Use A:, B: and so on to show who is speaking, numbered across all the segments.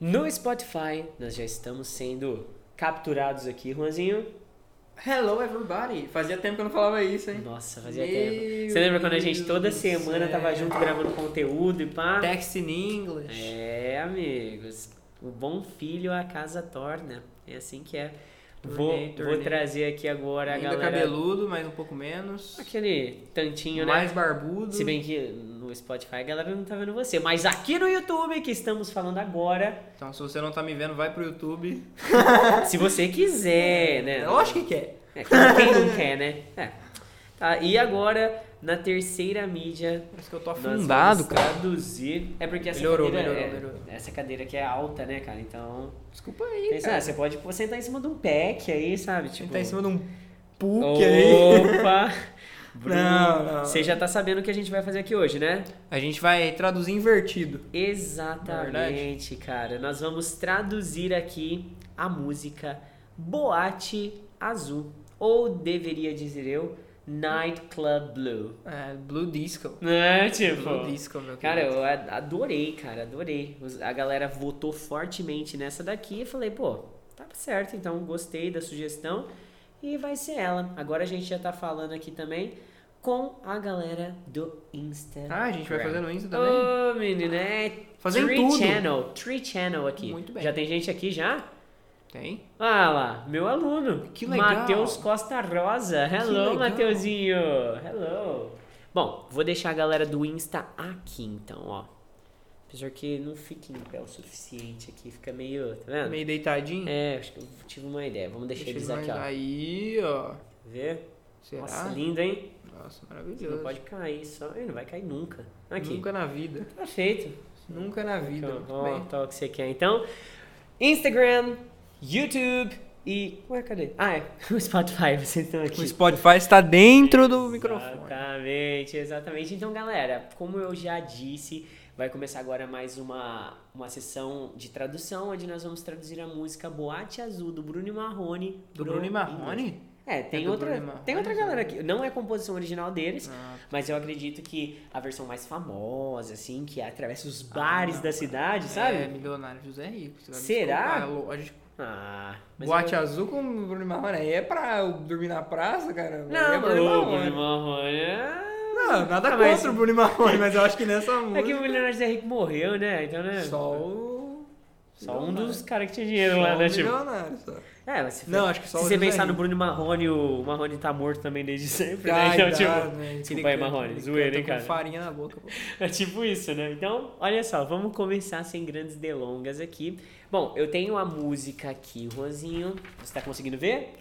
A: No Spotify, nós já estamos sendo capturados aqui, Juanzinho.
B: Hello everybody! Fazia tempo que eu não falava isso, hein?
A: Nossa, fazia
B: Meu
A: tempo. Você lembra quando a gente
B: Deus
A: toda
B: do
A: semana
B: céu.
A: tava junto gravando conteúdo e pá?
B: Text in English.
A: É, amigos. O bom filho a casa torna. É assim que é. Vou,
B: Tornei,
A: vou
B: tornei.
A: trazer aqui agora a
B: Ainda
A: galera.
B: cabeludo, mas um pouco menos.
A: Aquele tantinho, né?
B: Mais barbudo.
A: Se bem que no Spotify a galera não tá vendo você. Mas aqui no YouTube que estamos falando agora,
B: Então, se você não tá me vendo, vai pro YouTube.
A: se você quiser, né?
B: Lógico que quer.
A: É, quem quem não quer, né? É. Tá, e agora, na terceira mídia,
B: Parece que eu tô
A: nós
B: afundado,
A: vamos
B: cara.
A: traduzir. É porque essa
B: Melhorou,
A: cadeira.
B: melhorou,
A: é-
B: melhorou.
A: Essa cadeira aqui é alta, né, cara? Então.
B: Desculpa aí,
A: pensa, ah, você pode pô, sentar em cima de um pack aí, sabe? Tipo,
B: Ele tá em cima de um PUC aí.
A: Opa! Bruno,
B: Não, não.
A: Você já tá sabendo o que a gente vai fazer aqui hoje, né?
B: A gente vai traduzir invertido.
A: Exatamente, cara. Nós vamos traduzir aqui a música Boate Azul. Ou deveria dizer eu, Nightclub Blue.
B: É, Blue Disco.
A: Né, tipo.
B: Blue Disco, meu
A: Cara,
B: querido.
A: eu a- adorei, cara, adorei. Os- A galera votou fortemente nessa daqui e falei, pô, tá certo, então gostei da sugestão e vai ser ela. Agora a gente já tá falando aqui também com a galera do Insta.
B: Ah, a gente vai fazer no Insta também?
A: Ô, menino, é
B: Fazendo
A: Tree
B: tudo.
A: Channel, Tree Channel aqui.
B: Muito bem.
A: Já tem gente aqui já?
B: Tem?
A: Ah lá, meu aluno.
B: Que legal.
A: Matheus Costa Rosa. Hello,
B: legal.
A: Mateuzinho. Hello. Bom, vou deixar a galera do Insta aqui então, ó. Apesar que não fica em pé o suficiente aqui, fica meio. Tá vendo?
B: Meio deitadinho?
A: É, acho que eu tive uma ideia. Vamos deixar eles aqui, ó.
B: Aí, ó.
A: Ver?
B: Será?
A: Nossa, lindo, hein? Você
B: Nossa,
A: não
B: maravilhoso.
A: pode cair só. Ih, Não vai cair nunca. Aqui.
B: Nunca na vida.
A: Tá feito.
B: Nunca na vida.
A: Então,
B: Muito
A: ó,
B: bem.
A: tá o que você quer então. Instagram, YouTube e. Ué, cadê? Ah, é. O Spotify, vocês estão aqui.
B: O Spotify está dentro do microfone.
A: Exatamente, exatamente. Então, galera, como eu já disse, vai começar agora mais uma, uma sessão de tradução, onde nós vamos traduzir a música Boate Azul, do Bruno Marrone.
B: Do
A: pro
B: Bruno e
A: inglês.
B: Marrone?
A: É, tem,
B: É do
A: outra,
B: Bruno Marrone,
A: tem outra
B: é.
A: galera aqui. Não é composição original deles,
B: Ah,
A: mas eu acredito que a versão mais famosa, assim, que atravessa os bares da cidade, sabe?
B: Ah, É, milionário José Rico. você vai me
A: Será?
B: desculpar, É lógico.
A: Ah, mas
B: Boate
A: eu...
B: azul com o Bruno e Marrone. Aí é pra eu dormir na praça, cara?
A: Não,
B: é
A: mas
B: Bruno e
A: o
B: Marrone.
A: Bruno Marrone é-
B: Não, nada
A: Ah,
B: contra
A: mas-
B: o Bruno e Marrone, mas eu acho que nessa
A: É que o
B: música...
A: milionário Zé Rico morreu, né? Então, né?
B: Só o...
A: Só um
B: milionário.
A: dos caras que tinha
B: Só
A: dinheiro lá,
B: o
A: né? Tipo.
B: milionário, só.
A: É, mas se, for-
B: Não, acho que só
A: se
B: o
A: você
B: José
A: pensar no
B: Rico.
A: Bruno Marrone, o Marrone tá morto também desde sempre, né?
B: Ai,
A: Então,
B: dá,
A: tipo,
B: né? Ele
A: desculpa aí,
B: canta-
A: Marrone,
B: ele
A: zoeira,
B: canta
A: hein, cara?
B: Com farinha na boca, pô.
A: é tipo isso, né? Então, olha só, vamos começar sem grandes delongas aqui. Bom, eu tenho a música aqui, Juanzinho. Você tá conseguindo ver?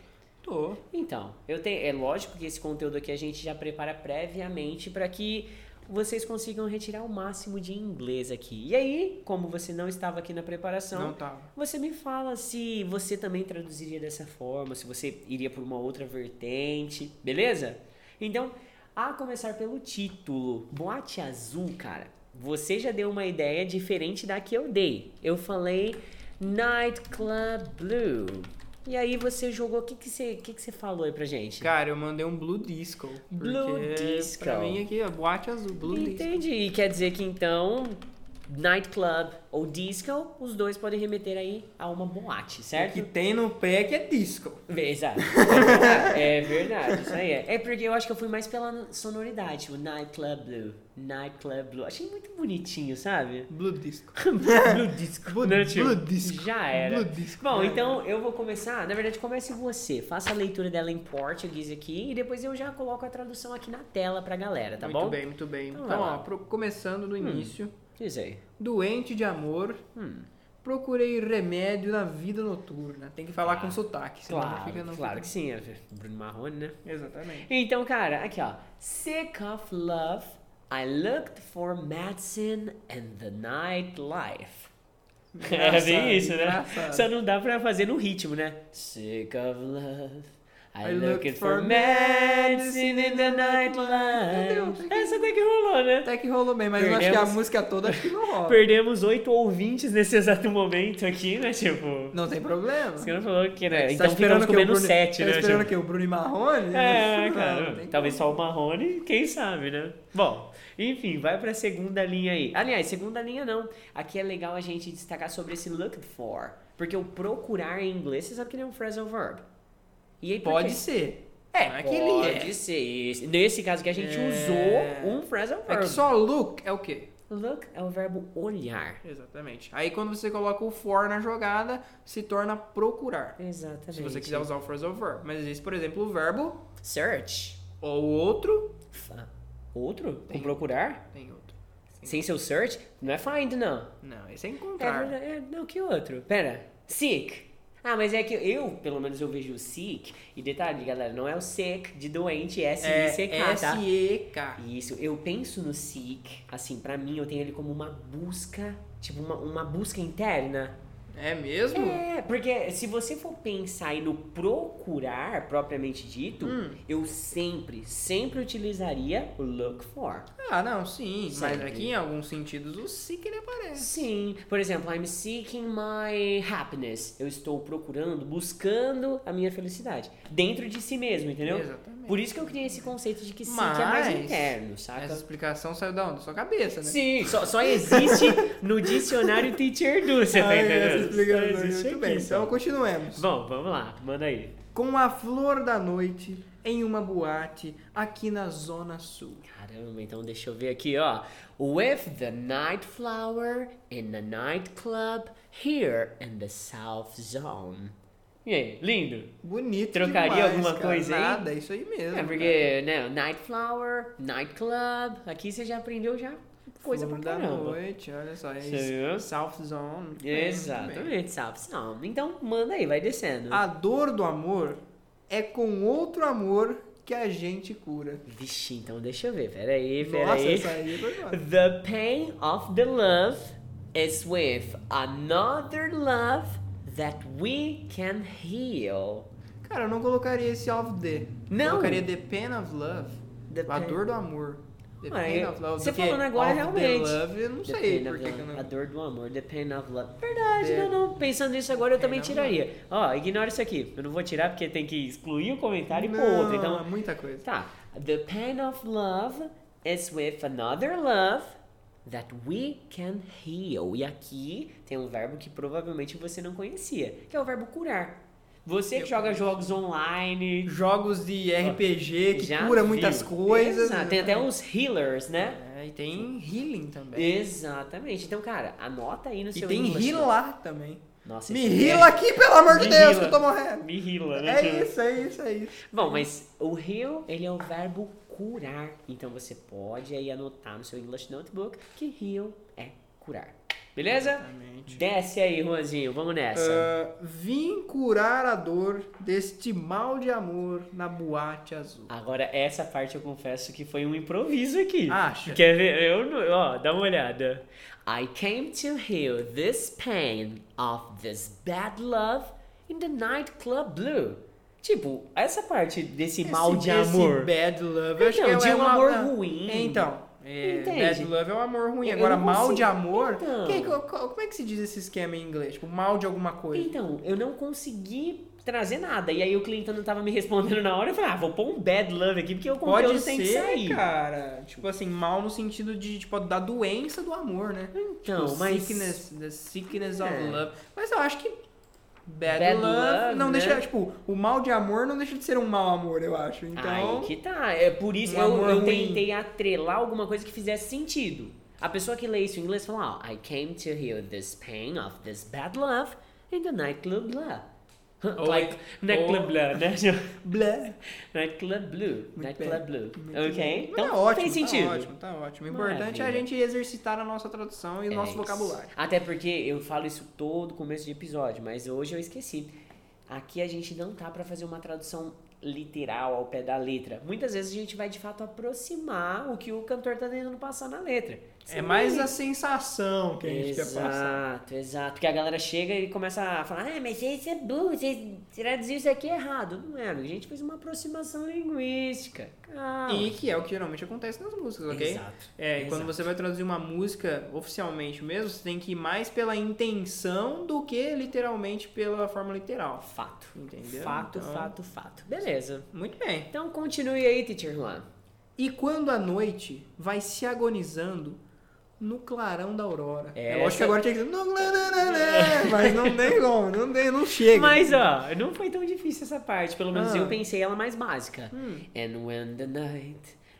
B: Tô.
A: Então, eu tenho, é lógico que esse conteúdo aqui a gente já prepara previamente para que vocês consigam retirar o máximo de inglês aqui. E aí, como você não estava aqui na preparação,
B: Não tava.
A: Você me fala se você também traduziria dessa forma, se você iria por uma outra vertente, beleza? Então, a começar pelo título, Boate Azul, cara. Você já deu uma ideia diferente da que eu dei. Eu falei Nightclub Blue. E aí você jogou, o que, que, você, o que, que você falou aí pra gente?
B: Cara, eu mandei um Blue Disco. porque
A: Blue Disco.
B: Pra mim aqui, ó, boate azul, Blue Disco.
A: Entendi. E quer dizer que então, Nightclub ou Disco, os dois podem remeter aí a uma boate,
B: O
A: certo?
B: que tem no pé que é disco.
A: Exato. É verdade, É verdade, isso aí é. É porque eu acho que eu fui mais pela sonoridade, o Nightclub Blue. Nightclub Blue. Achei muito bonitinho, sabe?
B: Blue Disco.
A: Blue Disco.
B: Blue,
A: né, tio?
B: Blue Disco.
A: Já era.
B: Blue Disco. né?
A: Bom,
B: Já
A: então eu vou começar. Na verdade, comece você. Faça a leitura dela em português aqui e depois eu já coloco a tradução aqui na tela pra galera, tá
B: muito
A: bom?
B: bem, muito bem.
A: Então
B: Então,
A: vai lá. Hum.
B: ó, pro- começando no início.
A: Diz aí.
B: Doente de amor,
A: Hum.
B: procurei remédio na vida noturna. Tem que falar
A: Tá.
B: com sotaque, senão não
A: Claro,
B: fica não.
A: claro que
B: fica-
A: sim. é Bruno Marrone, né?
B: Exatamente.
A: Então, cara, aqui ó. Sick of love, I looked for medicine and the nightlife. É
B: Engraçado,
A: bem isso, né?
B: engraçado.
A: Só não dá pra fazer no ritmo, né? Sick of love, I look it for men seen in the nightlife. Essa até que rolou, né?
B: Até que rolou bem, mas eu acho que
A: Perdemos.
B: a música toda acho que não rola.
A: Perdemos oito ouvintes nesse exato momento aqui, né? Tipo,
B: Não tem problema.
A: você não falou que, né?
B: É, Você tá
A: Então ficamos
B: que o
A: comendo
B: Bruno-
A: sete,
B: Tá
A: né?
B: esperando
A: tipo.
B: que o Bruno e Marrone?
A: É,
B: Não,
A: cara.
B: não tem
A: talvez
B: como.
A: só o Marrone, quem sabe, né? Bom, enfim, vai pra segunda linha aí. Aliás, segunda linha não. Aqui é legal a gente destacar sobre esse look for. Porque o procurar em inglês, você sabe que ele é um phrasal verb. E aí, por
B: Pode
A: quê?
B: ser. É, não é que
A: pode
B: ele é.
A: ser. isso. Nesse caso que a gente
B: É.
A: usou um phrasal
B: É
A: verb.
B: que só look é o quê?
A: Look é o verbo olhar.
B: Exatamente. Aí quando você coloca o for na jogada, se torna procurar.
A: Exatamente.
B: Se você quiser usar um o phrasal verb. Mas existe, por exemplo, o verbo
A: Search.
B: ou outro.
A: Fa- Outro? Com
B: Tem.
A: procurar?
B: Tem outro. Tem.
A: Sem seu search? Não é find, não.
B: Não, esse é
A: É
B: encontrar.
A: verdade. é, não, que outro? Pera. Seek. Ah, mas é que eu, pelo menos, eu vejo o seek. E detalhe, galera, não é o sick de doente, é S-I-C-K, tá?
B: S-E-K.
A: Isso, eu penso no seek, assim, pra mim eu tenho ele como uma busca, tipo uma, uma busca interna.
B: É mesmo?
A: É, porque se você for pensar aí no procurar, propriamente dito,
B: Hum.
A: eu sempre, sempre utilizaria o look for.
B: Ah, não, sim. Mas
A: Sempre.
B: aqui, em alguns sentidos, o seek ele aparece.
A: Sim, por exemplo, I'm seeking my happiness. Eu estou procurando, buscando a minha felicidade. Dentro de si mesmo, entendeu?
B: Exatamente.
A: Por isso que eu criei esse conceito de que seek é mais
B: Mas-
A: interno, saca?
B: Essa explicação saiu da onde? Da sua cabeça, né?
A: Sim, só, só existe no dicionário Teacher Do, você tá
B: Ai, essa
A: entendendo? Só
B: explicação,
A: existe
B: muito
A: aqui,
B: bem.
A: só.
B: Então continuemos.
A: Bom, vamos lá, manda aí.
B: Com a flor da noite em uma boate aqui na Zona Sul.
A: Caramba, então deixa eu ver aqui, ó. With the night flower in the nightclub here in the South Zone. E aí, lindo?
B: Bonito.
A: Trocaria
B: demais,
A: alguma
B: cara.
A: coisa aí?
B: Nada, isso aí mesmo.
A: É porque, né, night flower, night club, aqui você já aprendeu já
B: coisa
A: coisa pra
B: da
A: caramba.
B: noite, olha só. é
A: Você viu?
B: South Zone. muito bem, muito bem.
A: Exatamente, South Zone. Então, manda aí, vai descendo.
B: A dor do amor é com outro amor que a gente cura.
A: Vixe, então deixa eu ver, peraí,
B: Nossa,
A: peraí.
B: essa aí foi foda.
A: The pain of the love is with another love that we can heal.
B: Cara, eu não colocaria esse of the.
A: Não.
B: Colocaria The Pain of Love.
A: The
B: a
A: pain-
B: dor do amor. The
A: Ah,
B: Pain
A: eu-
B: of Love.
A: você
B: do que
A: falando agora,
B: of
A: realmente.
B: The love, eu não
A: The
B: sei
A: pain
B: por
A: of
B: que que eu
A: love.
B: não...
A: A dor do amor, the pain of love. Verdade,
B: The-
A: não, não. Pensando nisso agora, eu
B: Pain
A: também
B: of
A: tiraria. Ó, ignora isso aqui. Eu não vou tirar porque tem que excluir o comentário e pôr outro. Então,
B: Não, muita coisa.
A: tá. The pain of love is with another love that we can heal. E aqui tem um verbo que provavelmente você não conhecia, que é o verbo curar. Você que
B: Eu
A: joga jogos online,
B: Jogos de RPG que
A: já
B: cura
A: viu.
B: muitas coisas.
A: Exato. Tem até uns healers, né?
B: É, e tem healing também.
A: Exatamente. Então, cara, anota aí no
B: E
A: seu
B: tem
A: English.
B: rilar também.
A: Nossa,
B: Me
A: esse
B: rila aqui, pelo amor de
A: Me
B: Deus,
A: rila.
B: que eu tô morrendo.
A: Me rila, né?
B: É isso, é isso, é isso.
A: Bom, mas o heal, ele é o verbo curar. Então você pode aí anotar no seu English Notebook que heal é curar.
B: é
A: Beleza?
B: Exatamente.
A: Desce aí, Juanzinho. Vamos nessa.
B: Ah, vim curar a dor deste mal de amor na boate azul.
A: Agora, essa parte eu confesso que foi um improviso aqui.
B: Acha?
A: Quer ver? Eu não... Ó, dá uma olhada. I came to heal this pain of this bad love in the nightclub blue. Tipo, essa parte desse mal de
B: é esse
A: amor.
B: bad love, eu acho
A: Então,
B: que é
A: de um
B: uma-
A: amor
B: uma-
A: ruim.
B: Então, é,
A: Entende?
B: bad love é um amor ruim.
A: Eu- eu
B: Agora,
A: não
B: mal de
A: consigo-
B: amor.
A: Então.
B: que- co- co- como é que se diz esse esquema em inglês? Tipo, mal de alguma coisa.
A: Então, eu não consegui trazer nada. E aí o cliente não tava me respondendo na hora. Eu falei, ah, vou pôr um bad love aqui, porque o conteúdo
B: Pode
A: tem que sair.
B: ser, cara. Tipo assim, mal no sentido de, tipo, da doença do amor, né?
A: Então,
B: Tipo,
A: mas...
B: Sickness, the sickness of
A: É.
B: love. Mas eu acho que. Bad,
A: Bad
B: love,
A: love,
B: não
A: né?
B: deixa, tipo, o mal de amor não deixa de ser um mau amor, eu acho. Então,
A: Aí que tá. É por isso
B: Um
A: que eu,
B: amor
A: eu
B: ruim.
A: tentei atrelar alguma coisa que fizesse sentido. A pessoa que lê isso em inglês fala, ó, I came to heal this pain of this bad love in the nightclub blah.
B: Ou-
A: like, nightclub
B: ou-
A: blah, né?
B: blé.
A: nightclub blue,
B: Muito
A: nightclub blue.
B: Muito
A: ok?
B: bom.
A: Então
B: tá ótimo,
A: tem sentido.
B: Tá ótimo, tá ótimo. O importante é a
A: Maravilha.
B: gente exercitar a nossa tradução e o
A: É
B: nosso
A: isso.
B: vocabulário.
A: Até porque eu falo isso todo começo de episódio, mas hoje eu esqueci. Aqui a gente não tá pra fazer uma tradução literal ao pé da letra. Muitas vezes a gente vai de fato aproximar o que o cantor tá tentando passar na letra.
B: É mais a sensação que a gente quer passar.
A: Exato, exato. Porque a galera chega e começa a falar, ah, mas isso é burro, você traduziu isso aqui errado. Não é, amigo, a gente fez uma aproximação linguística. Calma.
B: E que é o que geralmente acontece nas músicas, ok?
A: Exato.
B: É, e quando
A: Exato.
B: você vai traduzir uma música oficialmente mesmo, você tem que ir mais pela intenção do que literalmente pela forma literal.
A: Fato.
B: Entendeu?
A: Fato,
B: Então-
A: fato, fato. Beleza.
B: Muito bem.
A: Então continue aí, teacher Juan.
B: E quando a noite vai se agonizando no clarão da aurora.
A: É,
B: É, lógico que
A: essa-
B: agora tinha que dizer. "Não, não, não, não, não", Mas não tem como, não, tem, não chega.
A: Mas ó, não foi tão difícil essa parte, pelo menos
B: Ah.
A: eu pensei ela mais básica.
B: Hum.
A: And when the night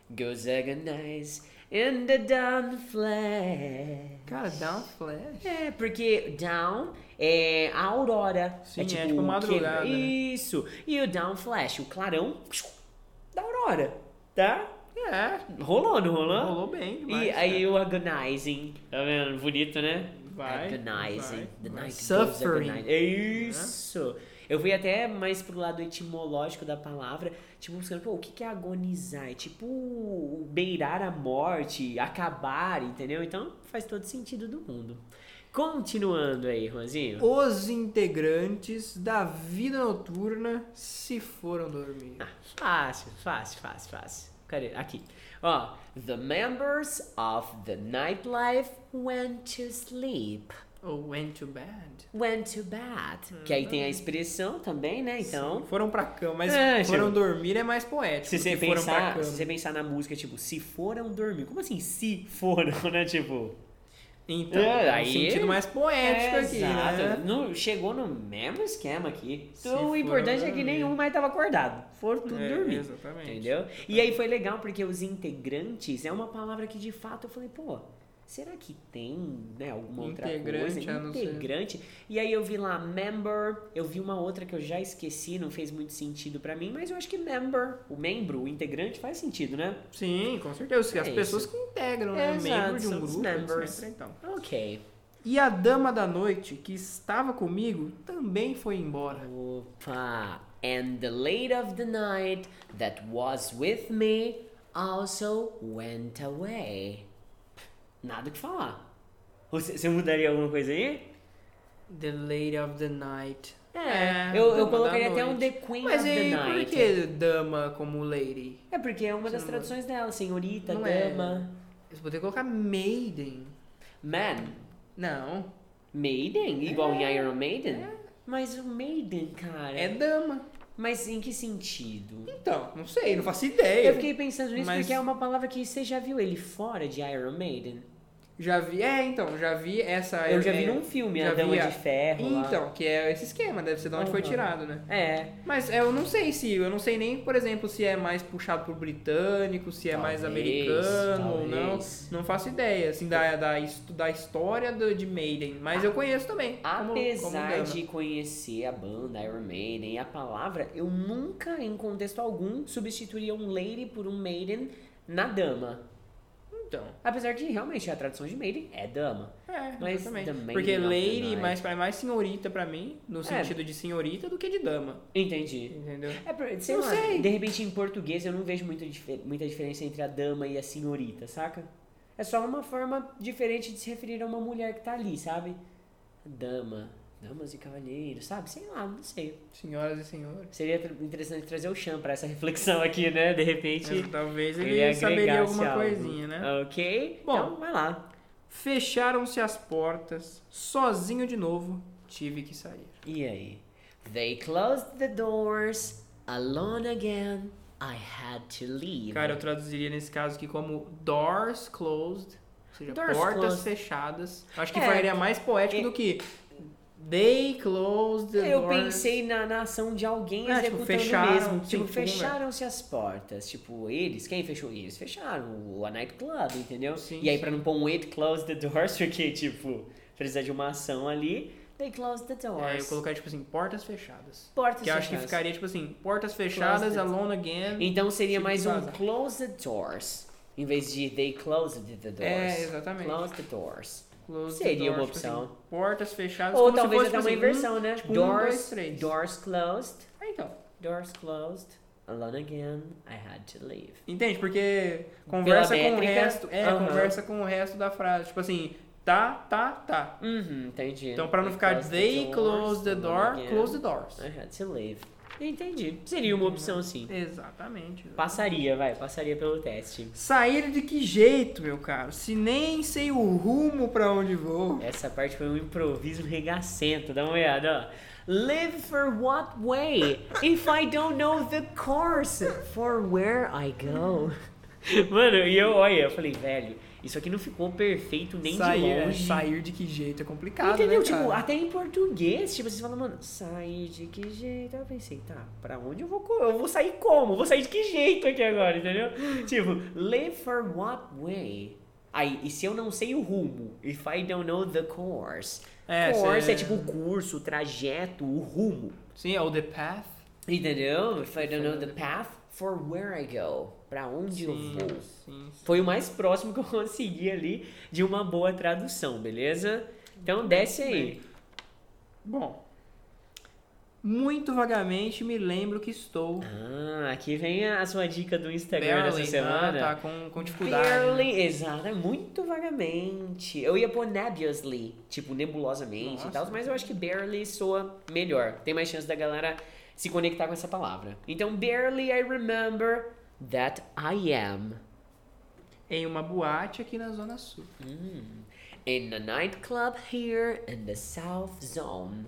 A: goes agonize in the dawn flash.
B: Cara, dá um flash.
A: É, porque down é a aurora.
B: Sim, é tipo
A: o
B: madrugada,
A: que-
B: né?
A: Isso. E o down flash, o clarão da aurora, tá?
B: É,
A: Rolou, não rolou?
B: rolou bem demais. né?
A: E aí
B: cara.
A: o agonizing, tá vendo? Bonito, né?
B: Vai,
A: agonizing.
B: vai,
A: the
B: vai.
A: night
B: Suffering.
A: Suffering. É isso. Eu fui até mais pro lado etimológico da palavra, tipo, buscando, pô, o que que é agonizar? É tipo beirar a morte, acabar, entendeu? Então faz todo sentido do mundo. Continuando aí, Juanzinho.
B: Os integrantes da vida noturna se foram dormir.
A: Ah, fácil, fácil, fácil, fácil. Cadê? Aqui. Ó, the members of the nightlife went to sleep.
B: Ou went to bed.
A: Went to bed. Que aí tem a expressão também, né? Então,
B: Foram pra cama, mas
A: É,
B: foram
A: tipo-
B: dormir é mais poético.
A: se você, um
B: que foram pra
A: pensar,
B: cama.
A: se você pensar na música, tipo, se foram dormir. Como assim, se foram, né? Tipo,
B: Então,
A: É,
B: é, um
A: aí-
B: sentido mais poético
A: é,
B: aqui,
A: exato.
B: né?
A: No- chegou no mesmo esquema aqui.
B: Se
A: Então, o importante
B: foram
A: é que
B: dormir.
A: nenhum mais tava acordado. Foram tudo
B: É,
A: dormir.
B: Exatamente.
A: Entendeu? E aí foi legal porque os integrantes é uma palavra que de fato eu falei, pô, será que tem né, alguma outra
B: Integrante,
A: coisa?
B: eu não sei.
A: Integrante. E aí eu vi lá member, eu vi uma outra que eu já esqueci, não fez muito sentido pra mim, mas eu acho que member, o membro, o integrante faz sentido, né?
B: Sim, com certeza. As
A: É
B: pessoas
A: isso.
B: que integram,
A: É,
B: né? Membro
A: exato,
B: de um
A: são os
B: grupo,
A: members.
B: etc. Então.
A: OK.
B: E a dama da noite, que estava comigo, também foi embora.
A: Opa. And the lady of the night that was with me also went away. Nada o que falar. Você você mudaria alguma coisa aí?
B: The lady of the night.
A: É,
B: É,
A: eu,
B: dama
A: eu
B: da
A: colocaria até um
B: noite.
A: The Queen
B: Mas
A: of the
B: e por
A: Night.
B: que dama como lady?
A: É porque é uma das
B: Não.
A: traduções dela, senhorita,
B: Não é.
A: dama.
B: Você poderia colocar maiden.
A: Man,
B: Não,
A: maiden, igual em Iron Maiden. É, Mas o maiden, cara...
B: é dama.
A: Mas em que sentido?
B: Então, não sei, não faço ideia.
A: Eu fiquei pensando nisso
B: É. Mas-
A: porque é uma palavra que você já viu ele fora de Iron Maiden.
B: Já vi, é, então, já vi essa...
A: Eu já vi
B: é-
A: num filme,
B: já
A: A Dama
B: vi a-
A: de Ferro lá.
B: Então, que é esse esquema, deve ser de onde foi
A: Aham.
B: tirado, né?
A: É,
B: Mas é, eu não sei se, eu não sei nem, por exemplo, se é mais puxado pro britânico, se é mais
A: Talvez,
B: americano ou não.
A: talvez.
B: Não faço ideia, assim, da, da, his- da história do, de Maiden. Mas eu conheço também. como-
A: Apesar
B: como
A: de conhecer a banda Iron Maiden e a palavra, eu nunca, em contexto algum, substituiria um lady por um maiden na dama.
B: dama. Então,
A: Apesar que realmente a tradução de maiden é dama.
B: é,
A: Mas
B: exatamente.
A: the Maiden
B: Porque
A: of the
B: lady
A: Night. É.
B: mais, é mais senhorita pra mim, no sentido de senhorita, do que de dama,
A: Entendi.
B: entendeu?
A: É, por- sei
B: Não
A: lá,
B: sei.
A: de repente em português eu não vejo muito dife- muita diferença entre a dama e a senhorita, saca? É só uma forma diferente de se referir a uma mulher que tá ali, sabe? Dama, damas e cavalheiros, sabe? Sei lá, não sei.
B: Senhoras e senhores.
A: Seria tra- interessante trazer o Chan pra essa reflexão aqui, né? De repente.
B: Mas Talvez ele,
A: agregasse
B: saberia alguma
A: algo.
B: coisinha, né?
A: Ok.
B: Bom.
A: então, vai lá.
B: Fecharam-se as portas, sozinho de novo, tive que sair.
A: E aí? They closed the doors, alone again, I had to leave.
B: Cara, eu traduziria nesse caso aqui como doors closed, ou seja,
A: Doors
B: portas
A: closed.
B: fechadas. Acho que
A: É.
B: ficaria mais poético
A: É.
B: do que they closed the
A: Eu
B: doors.
A: pensei na, na ação de alguém
B: É, tipo,
A: executando
B: fecharam,
A: mesmo.
B: sim,
A: Tipo,
B: tipo, conversa.
A: fecharam-se as portas. Tipo, eles, quem fechou eles? Fecharam o a nightclub, entendeu?
B: Sim,
A: e aí,
B: sim.
A: pra não pôr um it close the doors, porque, tipo, precisa de uma ação ali, they closed the doors.
B: É, eu colocaria tipo assim, portas fechadas.
A: Portas
B: Que eu acho que
A: fechadas.
B: ficaria tipo assim, portas fechadas,
A: Closed.
B: alone again.
A: Então seria
B: Tipo,
A: mais um
B: vazar.
A: close the doors. Em vez de they closed the doors.
B: É, exatamente.
A: Close the doors.
B: Closed
A: seria uma
B: tipo assim,
A: opção.
B: portas fechadas.
A: Ou
B: como se
A: talvez
B: fosse,
A: até uma
B: tipo assim, um-
A: inversão, né?
B: tipo, um,
A: doors,
B: dois, três.
A: doors closed.
B: Ah, então.
A: Doors closed. Alone again, I had to leave.
B: Entende? Porque conversa com o
A: métrica,
B: resto. É,
A: aham.
B: conversa com o resto da frase. Tipo assim, tá, tá, tá.
A: Uhum, entendi.
B: Então pra não
A: They
B: ficar
A: closed the
B: they
A: doors,
B: close the
A: alone
B: door,
A: again, Né?
B: close the doors.
A: I had to leave. Entendi. Seria uma opção assim.
B: Exatamente.
A: Passaria, vai, passaria pelo teste.
B: Sair de que jeito, meu caro? Se nem sei o rumo pra onde vou.
A: Essa parte foi um improviso regacento, dá uma olhada, ó. Live for what way? If I don't know the course, for where I go. Mano, e eu, olha, eu falei, velho, isso aqui não ficou perfeito nem
B: sair,
A: de
B: é,
A: longe.
B: sair de que jeito é complicado,
A: Entendeu?
B: né,
A: tipo,
B: cara?
A: até em português, tipo, vocês falam, mano, sair de que jeito? Eu pensei, tá, pra onde eu vou? co- Eu vou sair como? Eu Vou sair de que jeito aqui agora, entendeu? tipo, live for what way? Aí, e se eu não sei o rumo? If I don't know the course.
B: É,
A: course
B: cê-
A: é tipo o curso, o trajeto, o rumo.
B: Sim, é o the path.
A: Entendeu? If I don't know the path, for where I go. Pra onde eu
B: Sim,
A: vou.
B: sim, sim.
A: Foi o mais próximo que eu consegui ali de uma boa tradução, beleza? Então desce aí.
B: Bom, muito vagamente me lembro que estou
A: Ah, aqui vem a sua dica do Instagram
B: barely,
A: dessa semana.
B: né? Tá com, com dificuldade. né?
A: Barely, exato, é muito vagamente. Eu ia pôr nebulously, tipo nebulosamente e tal,
B: Nossa.
A: mas eu acho que barely soa melhor. Tem mais chance da galera se conectar com essa palavra. Então, barely I remember that I am
B: Em uma boate aqui na Zona Sul.
A: Hmm. in a nightclub here in the South Zone.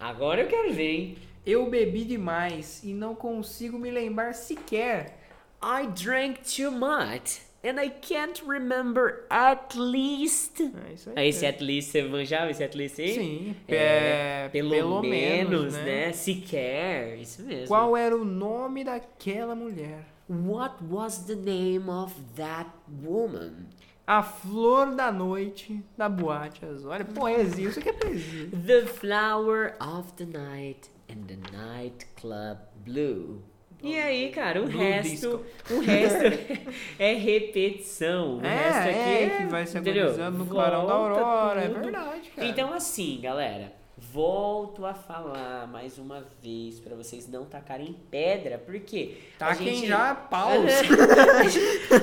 A: Agora eu quero ver, hein?
B: Eu bebi demais e não consigo me lembrar sequer.
A: I drank too much and I can't remember at least.
B: É isso
A: Aí esse at least você manjava esse at least aí?
B: Sim.
A: É,
B: É,
A: pelo, menos, né? Sequer, isso mesmo.
B: Qual era o nome daquela mulher?
A: What was the name of that woman?
B: A flor da noite da boate azul. Olha, poesia, isso aqui é poesia.
A: The flower of the night and the nightclub blue. E aí, cara, o
B: Blue
A: resto, o resto é repetição. O
B: É,
A: resto aqui
B: é,
A: é,
B: que vai se
A: entendeu?
B: agonizando no clarão da
A: Volta
B: aurora, é
A: tudo.
B: verdade, cara.
A: Então assim, galera, volto a falar mais uma vez pra vocês não tacarem pedra, porque
B: Tá
A: a
B: quem
A: gente- É
B: já paus.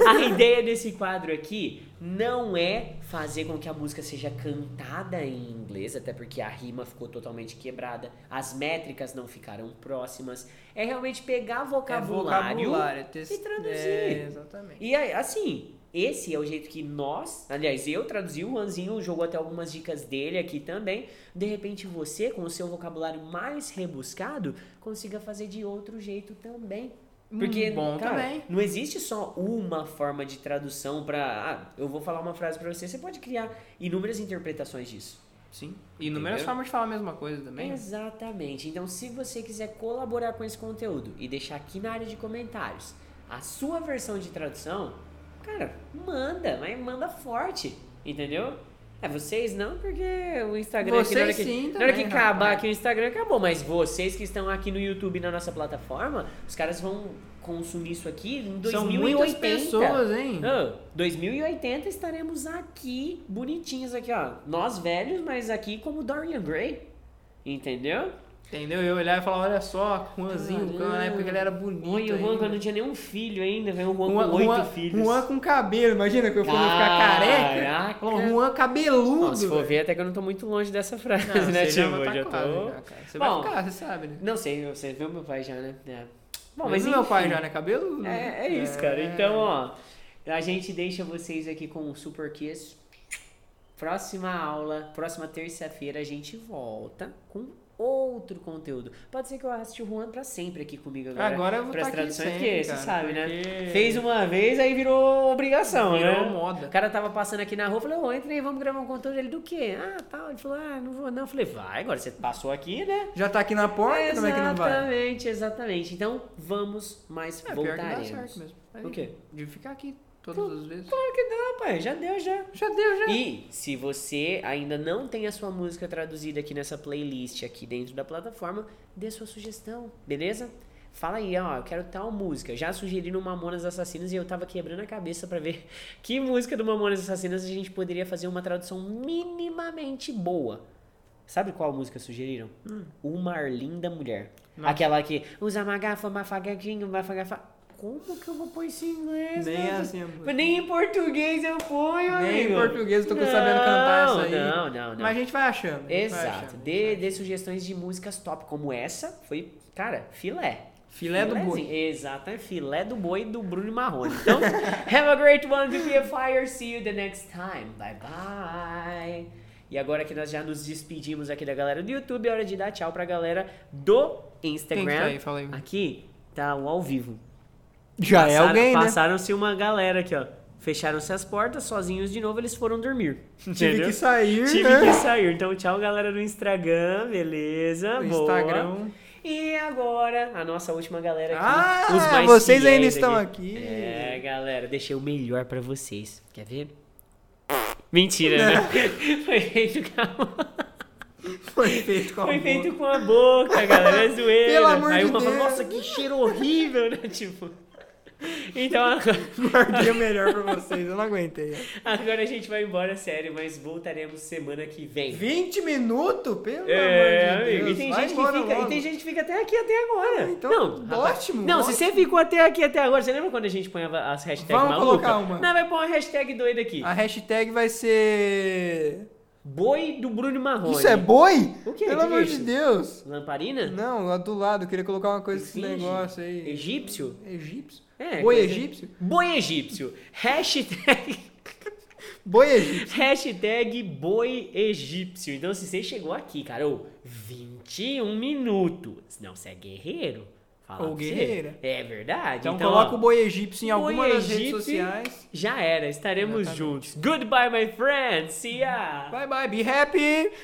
A: a ideia desse quadro aqui não é fazer com que a música seja cantada em inglês, até porque a rima ficou totalmente quebrada, as métricas não ficaram próximas. É realmente pegar vocabulário,
B: é vocabulário é texto-
A: e traduzir.
B: É, exatamente.
A: e aí, assim, esse é o jeito que nós, aliás, eu traduzi, o Juanzinho jogou até algumas dicas dele aqui também. De repente você, com o seu vocabulário mais rebuscado, consiga fazer de outro jeito também. Porque,
B: Hum, bom
A: cara,
B: também.
A: não existe só uma forma de tradução pra. Ah, eu vou falar uma frase pra você, você pode criar inúmeras interpretações disso.
B: Sim. E inúmeras
A: Entendeu?
B: formas de falar a mesma coisa também.
A: Exatamente. Então, se você quiser colaborar com esse conteúdo e deixar aqui na área de comentários a sua versão de tradução, cara, manda, mas manda forte, entendeu? É, vocês não, porque o Instagram aqui, na hora
B: Vocês
A: que,
B: sim
A: na hora que
B: também,
A: acabar
B: rapaz.
A: aqui o Instagram acabou, mas vocês que estão aqui no YouTube na nossa plataforma, os caras vão consumir isso aqui em 2080.
B: São muitas pessoas, hein?
A: Ah, 2080 estaremos aqui, bonitinhos aqui, ó. Nós velhos, mas aqui como Dorian Gray. Entendeu?
B: Entendeu? Eu olhar e falar, olha só, um Juanzinho,
A: Caramba.
B: na época que ele era bonito.
A: Oi, o Juan,
B: ainda.
A: quando não tinha nenhum filho ainda, veio o Juan
B: Juan,
A: com oito
B: Juan-
A: filhos.
B: Juan com cabelo, imagina que eu fui ficar careca.
A: Caraca.
B: Falou, Juan cabeludo.
A: Não, se for ver, até que eu não tô muito longe dessa frase,
B: velho. Não,
A: né,
B: você já
A: Tio?
B: vai tá
A: Hoje eu
B: quase,
A: tô...
B: já, cara. Você
A: Bom,
B: vai ficar, você sabe, né?
A: Não sei, você viu meu pai já, né? É. Bom,
B: Bom,
A: mas
B: mas meu
A: enfim.
B: pai já, né? Cabeludo.
A: É, é isso, cara. Então, ó, a gente deixa vocês aqui com o Super Kiss. Próxima aula, próxima terça-feira, a gente volta com outro conteúdo. Pode ser que eu arraste o Juan pra sempre aqui comigo agora.
B: Agora eu vou
A: É, pras
B: tá aqui
A: traduções,
B: sempre,
A: porque você
B: cara,
A: sabe, né?
B: porque-
A: Fez uma vez, aí virou obrigação,
B: Virou
A: né?
B: moda.
A: O cara tava passando aqui na rua, falei, ô, entra aí, vamos gravar um conteúdo. Ele, do quê? Ah, tal. Ele falou, ah, não vou não. Eu falei, vai, agora você passou aqui, né?
B: Já tá aqui na porta, como é que não vai?
A: Exatamente, exatamente. Então, vamos, mas
B: É, pior que dá
A: voltaremos.
B: certo mesmo. Aí,
A: O quê?
B: De ficar aqui todas as vezes.
A: Claro que dá, Ah, pai. Já deu, já. Ah.
B: Já deu, já.
A: E se você ainda não tem a sua música traduzida aqui nessa playlist aqui dentro da plataforma, dê sua sugestão, beleza? Fala aí, ó, eu quero tal música. Já sugeri no Mamonas Assassinas e eu tava quebrando a cabeça pra ver que música do Mamonas Assassinas a gente poderia fazer uma tradução minimamente boa. Sabe qual música sugeriram? Uma Linda Mulher.
B: Nossa.
A: Aquela que usa uma gafa, uma fagadinha, uma fagafa. Como que eu vou pôr isso em inglês?
B: Nem
A: né?
B: assim, amor.
A: Mas Nem em português eu ponho,
B: Nem
A: amigo.
B: em português eu tô sabendo cantar
A: Não,
B: essa aí.
A: Não, não, não.
B: Mas a gente vai achando. a gente vai
A: Exato.
B: achando.
A: Dê, dê sugestões de músicas top, como essa foi, cara, filé.
B: Filé do boi.
A: Filézinho. Exato, é filé do boi do Bruno Marrone. Então, have a great one, be a fire, see you the next time. Bye bye. E agora que nós já nos despedimos aqui da galera do YouTube, é hora de dar tchau pra galera do Instagram.
B: Quem que tá aí? Fala aí.
A: Aqui tá o ao vivo.
B: Já é
A: Passaram-
B: alguém, né?
A: Passaram-se uma galera aqui, ó. Fecharam-se as portas, sozinhos de novo, eles foram dormir.
B: Tive
A: Entendeu?
B: que sair,
A: Tive
B: né?
A: que sair. Então, tchau, galera do Instagram, beleza?
B: No
A: Boa.
B: Instagram.
A: E agora, a nossa última galera aqui.
B: Ah,
A: os mais
B: vocês
A: fiéis
B: ainda estão aqui.
A: É, galera, deixei o melhor pra vocês. Quer ver? Mentira, né? Foi feito com a,
B: Foi feito com
A: foi
B: amor.
A: feito com a boca, galera. É zoeira.
B: Pelo amor
A: Aí
B: de
A: uma fala,
B: Deus.
A: nossa, que cheiro horrível, né? Tipo. Então agora-
B: Guardei o melhor pra vocês, eu não aguentei.
A: agora a gente vai embora, sério, mas voltaremos semana que vem.
B: 20 minutos? Pelo
A: É,
B: amor de
A: amigo,
B: Deus.
A: e tem,
B: vai
A: gente que
B: embora
A: fica, e
B: logo.
A: tem gente que fica até aqui, até agora.
B: Então,
A: não, rapaz,
B: ótimo,
A: Não, se
B: ótimo.
A: você ficou até aqui, até agora, você lembra quando a gente põe as hashtags
B: Vamos
A: maluca?
B: colocar uma. Ah.
A: Não, vai pôr uma hashtag doida aqui.
B: A hashtag vai ser.
A: Boi do Bruno Marrone.
B: Isso é boi?
A: O quê?
B: Pelo
A: Que
B: amor
A: que é
B: de
A: isso?
B: Deus.
A: Lamparina?
B: Não, lá do lado, eu queria colocar uma coisa desse
A: Esfinge?
B: negócio aí.
A: Egípcio?
B: Egípcio?
A: É,
B: boi
A: coisa-
B: egípcio?
A: Boi egípcio. Hashtag...
B: Boi egípcio.
A: Hashtag boi egípcio. Então, se você chegou aqui, cara, ô, 21 minutos. Não, você é guerreiro. Fala
B: Ou
A: pra você.
B: guerreira.
A: É verdade.
B: Então,
A: então
B: coloca
A: ó,
B: o boi egípcio em
A: Boi
B: alguma das redes
A: egípcio.
B: sociais.
A: Já era, estaremos
B: Exatamente.
A: juntos. Goodbye, my friends. See ya.
B: Bye bye, be happy!